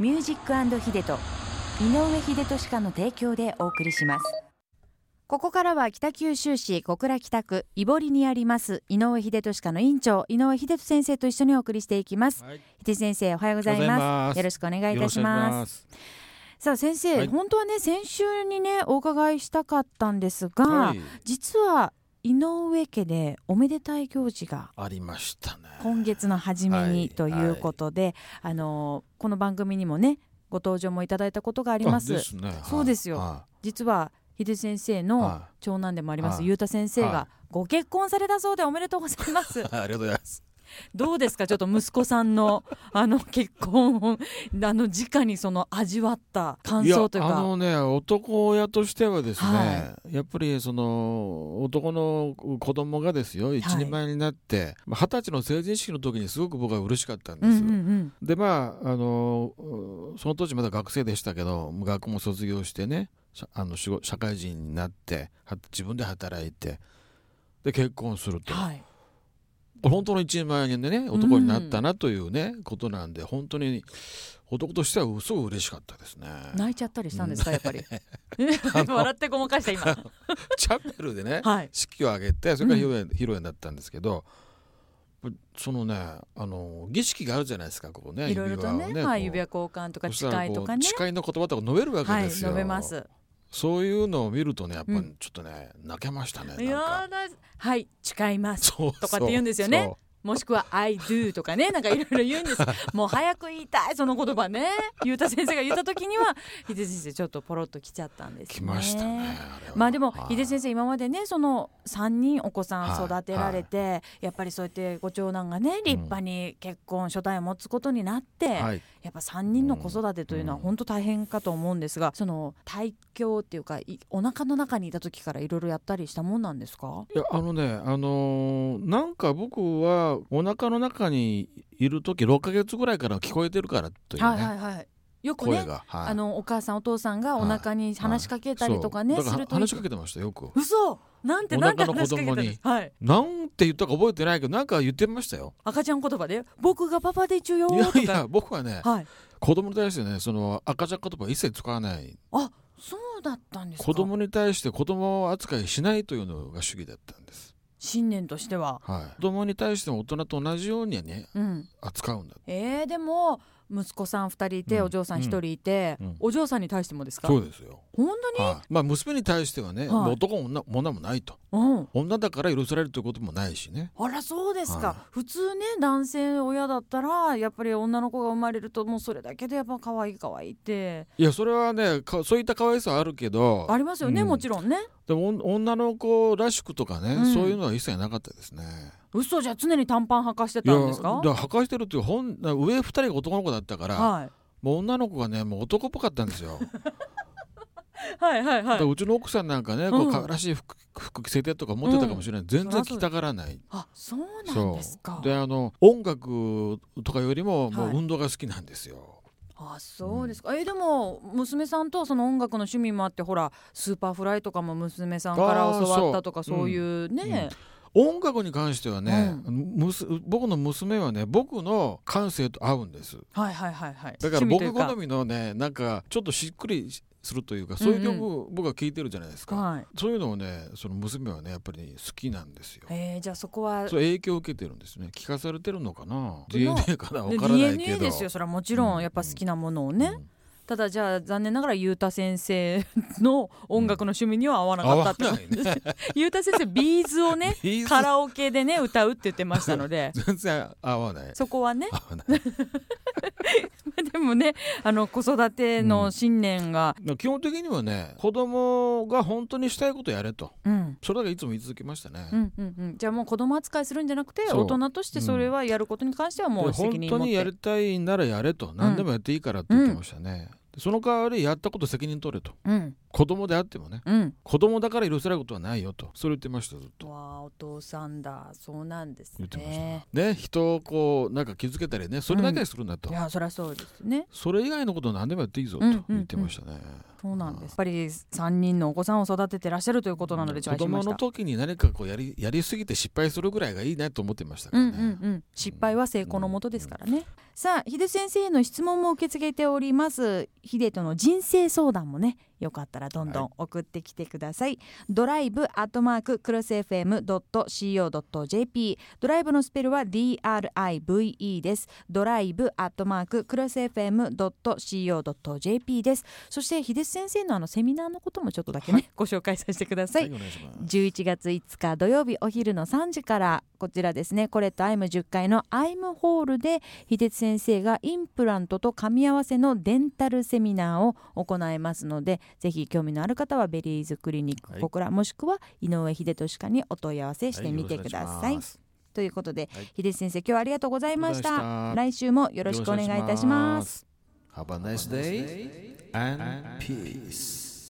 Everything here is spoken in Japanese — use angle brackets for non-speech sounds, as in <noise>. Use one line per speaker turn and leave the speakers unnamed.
ミュージックヒデト井上秀俊家の提供でお送りしますここからは北九州市小倉北区井堀にあります井上秀俊家の院長井上秀俊先生と一緒にお送りしていきます
はい、
秀俊先生おはようござい
おはようござい
ま
ますす
よろしくお願いいたし
よ
ま
ろ
す
しく
さあ先生、
はい
本当はね先週にねお伺いしたかったんです
お
が、
願いします
実は井上家でおめでたい行事が
はい、ありましたね。
今月の初め
は
に
い
ということで、あのこの番組にもねご登場もいただいたことがあります
あですね。はい
そうですよ
は
実は秀先生
い
の
は
長男でもありま
は
す
い
裕太先生が
は
ご結婚されたそうでおめでとうございます
<laughs> いありがとうございます。
どうですかちょっと息子さんのあの結婚をあの直にその味わった感
いや
想という
あ
か
のね男親としてはですね、
は
やっぱりその男の子供がですよ一人前になってまあ二十、歳の成人式の時にすごく僕は嬉しかったんで
うん
す
うん
よ。
うん
でまああのうその当時まだ学生でしたけどもう学校も卒業してね社あの仕事社会人になっては自分で働いてで結婚すると、
はい
これ本当の一人前にね男になったなというね、ことなんで本当に男としてはすごい嬉しかったですね。
泣いちゃったりしたんですかやっぱ
<laughs>
り <laughs> 笑ってごまかした今
チャペルでね、
はい
式を挙げてそれから披露宴,、披露宴だったんですけどそのねあの儀式があるじゃないですかここね
いろいろとね
指輪を
はい、
こう
指輪交換とか
そしたら
誓いとかね
こう誓いの言葉とか述べるわけ
はい
ですよ、
述べます
そういうのを見るとねやっぱ
う
り
ん
ちょっとね、泣けましたね
い
な
や
んか
だはい誓います
そうそう
とかって言うんですよね
そう
もしくは「I do」とかねなんかいろいろ言うんです
<laughs>
もう早く言いたいその言葉ねゆうた先生が言った時には秀先生ちょっとポロッと来ちゃったんですね。
来ましたねあれは
まあでも
はい
秀先生今までねその3人お子さん
はい
育てられて、やっぱりそうやってご長男がね立派に結婚初代を持つことになって、
はい
やっぱ3人の子育てというのは
うん
本当大変かと思うんですが、その胎教っていうかいお腹の中にいた時からいろいろやったりしたもんなんですか
いやあのねあのーなんか僕はお腹の中にいる時6ヶ月ぐらいから聞こえてるからというね、
はいはいはいよく
声
ね、
が、はい
あのお母さんお父さんがお腹に話しかけたりとかね、
そう
す
だか
る
ら
と
話しかけてましたよよく
嘘なんて
お
なんて
腹の
話しかけたん
子供
です
に
はい
なんて言ったか覚えてないけどなんか言ってましたよ
赤ちゃん言葉で僕がパパで一応よ
い
ー
や
とか
いや僕はね
はい
子供に対してねその赤ちゃん言葉は一切使わない
そうだったんですか
子供に対して子供扱いしないというのが主義だったんです、
信念としては
はい、子供に対しても大人と同じようにね
うん
扱うんだ
えー、でも息子さん2人いて、
うん
お嬢さん1人いて、
うん
お嬢さんに対してもですか
そうですよ、
本当に、
はい、まあ娘に対しては
はい
ね、もう男も女女もないと
うん
女だから許されるということもないしね
あらそうですか、
はい
普通ね男性親だったらやっぱり女の子が生まれるともうそれだけでやっぱ可愛い可愛いって
いやそれはねかそういった可愛さはあるけど
ありますよね、
うん
もちろんね
でもお女の子らしくとかね、
うん
そういうのは一切なかったですね。
嘘じゃ常に短パン履かして
いや
たんですか
だら破壊してるっていう本上二人が男の子だったから、
はい
もう女の子がねもう男っぽかったん
<laughs>
ですよ。
はいはいは
だから
いう
ちの奥さんなんかね、こ
うん
う可愛らしい服服着せてとか持ってたかもしれない、全然着たがらない。
あそうなんですか
であの音楽とかよりももう
はい
運動が好きなんですよ。
あそうですか、えでも娘さんとその音楽の趣味もあってほらスーパーフライとかも娘さんから
あー
教わったとか
そう
そういうね、
音楽に関してはね、むす僕の娘はね僕の感性と合うんです。
はいはいはいはい
だから僕好
趣味
みのねなんかちょっとしっくりするというかそういう曲を僕は聴いてるじゃないです
と
か、
いうかはい
そういうのをねその娘はねやっぱり好きなんですよ。
えー、じゃあそこは
そう影響を受けてるんですね聞かされてるのかな
そ
DNA かなわ
で
からないけ
DNA
ど
ですよそれはもちろ
うんん
やっぱ好きなものを
うん
ね、ただじゃあ残念ながらゆうた先生の音楽の趣味には合わな
合
かった
わ
ってこと
ないね
<laughs> ゆうた先生ビーズをね
ビーズ
カラオケでね歌うって言ってましたので
全然合わない
そこはね <laughs>
合わない
でもねあの子育ての信念が、
だから基本的にはね子供が本当にしたいことやれと
うん、
それだけいつも言い続けましたね、
うんうんうん、じゃあもう子供扱いするんじゃなくて
そう
大人としてそれはやることに関してはも
で
う責任
本当
持っ
に
て、
やりたいならやれと何でもやっていいからって言ってましたね、でその代わりやったこと責任取れと
うん
子供であってもね
うん
子供だから許せないことはないよとそれ言ってましたずっと
わあお父さんだそうなんです
言ってました
ね
ね人をこうなんか気づけたりねそれだけにするんだと、
いやそりゃそうですね
それ以外のことは何でもやっていいぞと
うんうんうん
言ってましたね、
そうなんですやっぱり三人のお子さんを育ててらっしゃるということなので
子
除外しま
供
した
の時に何かこうやりやりすぎて失敗するぐらいがいいなと思ってましたか
う
ら
んう
ね、
んうん、失敗は成功のもとですからね、さあ秀先生への質問も受け付けております秀との人生相談もねよかったらどんどん送ってきてください、ドライブアットマーククロス FM.co.jp ドライブのスペルは DRIVE ですドライブアットマーククロス FM.co.jp ですそして秀先生のあのセミナーのこともちょっとだけね、ご紹介させてくださ
はいい、お願いします
11月5日土曜日お昼の3時からこちらですねコレットアイム10階のアイムホールで秀哲先生がインプラントと噛み合わせのデンタルセミナーを行いますのでぜひ興味のある方はベリーズクリニック
はい
小倉、もしくは井上秀俊課にお問い合わせしてみてください。ということで、
はい
秀哲先生今日はありがとうございました
ありがとうございました
来週もよろしくお願いいたします。
Have a nice day and peace.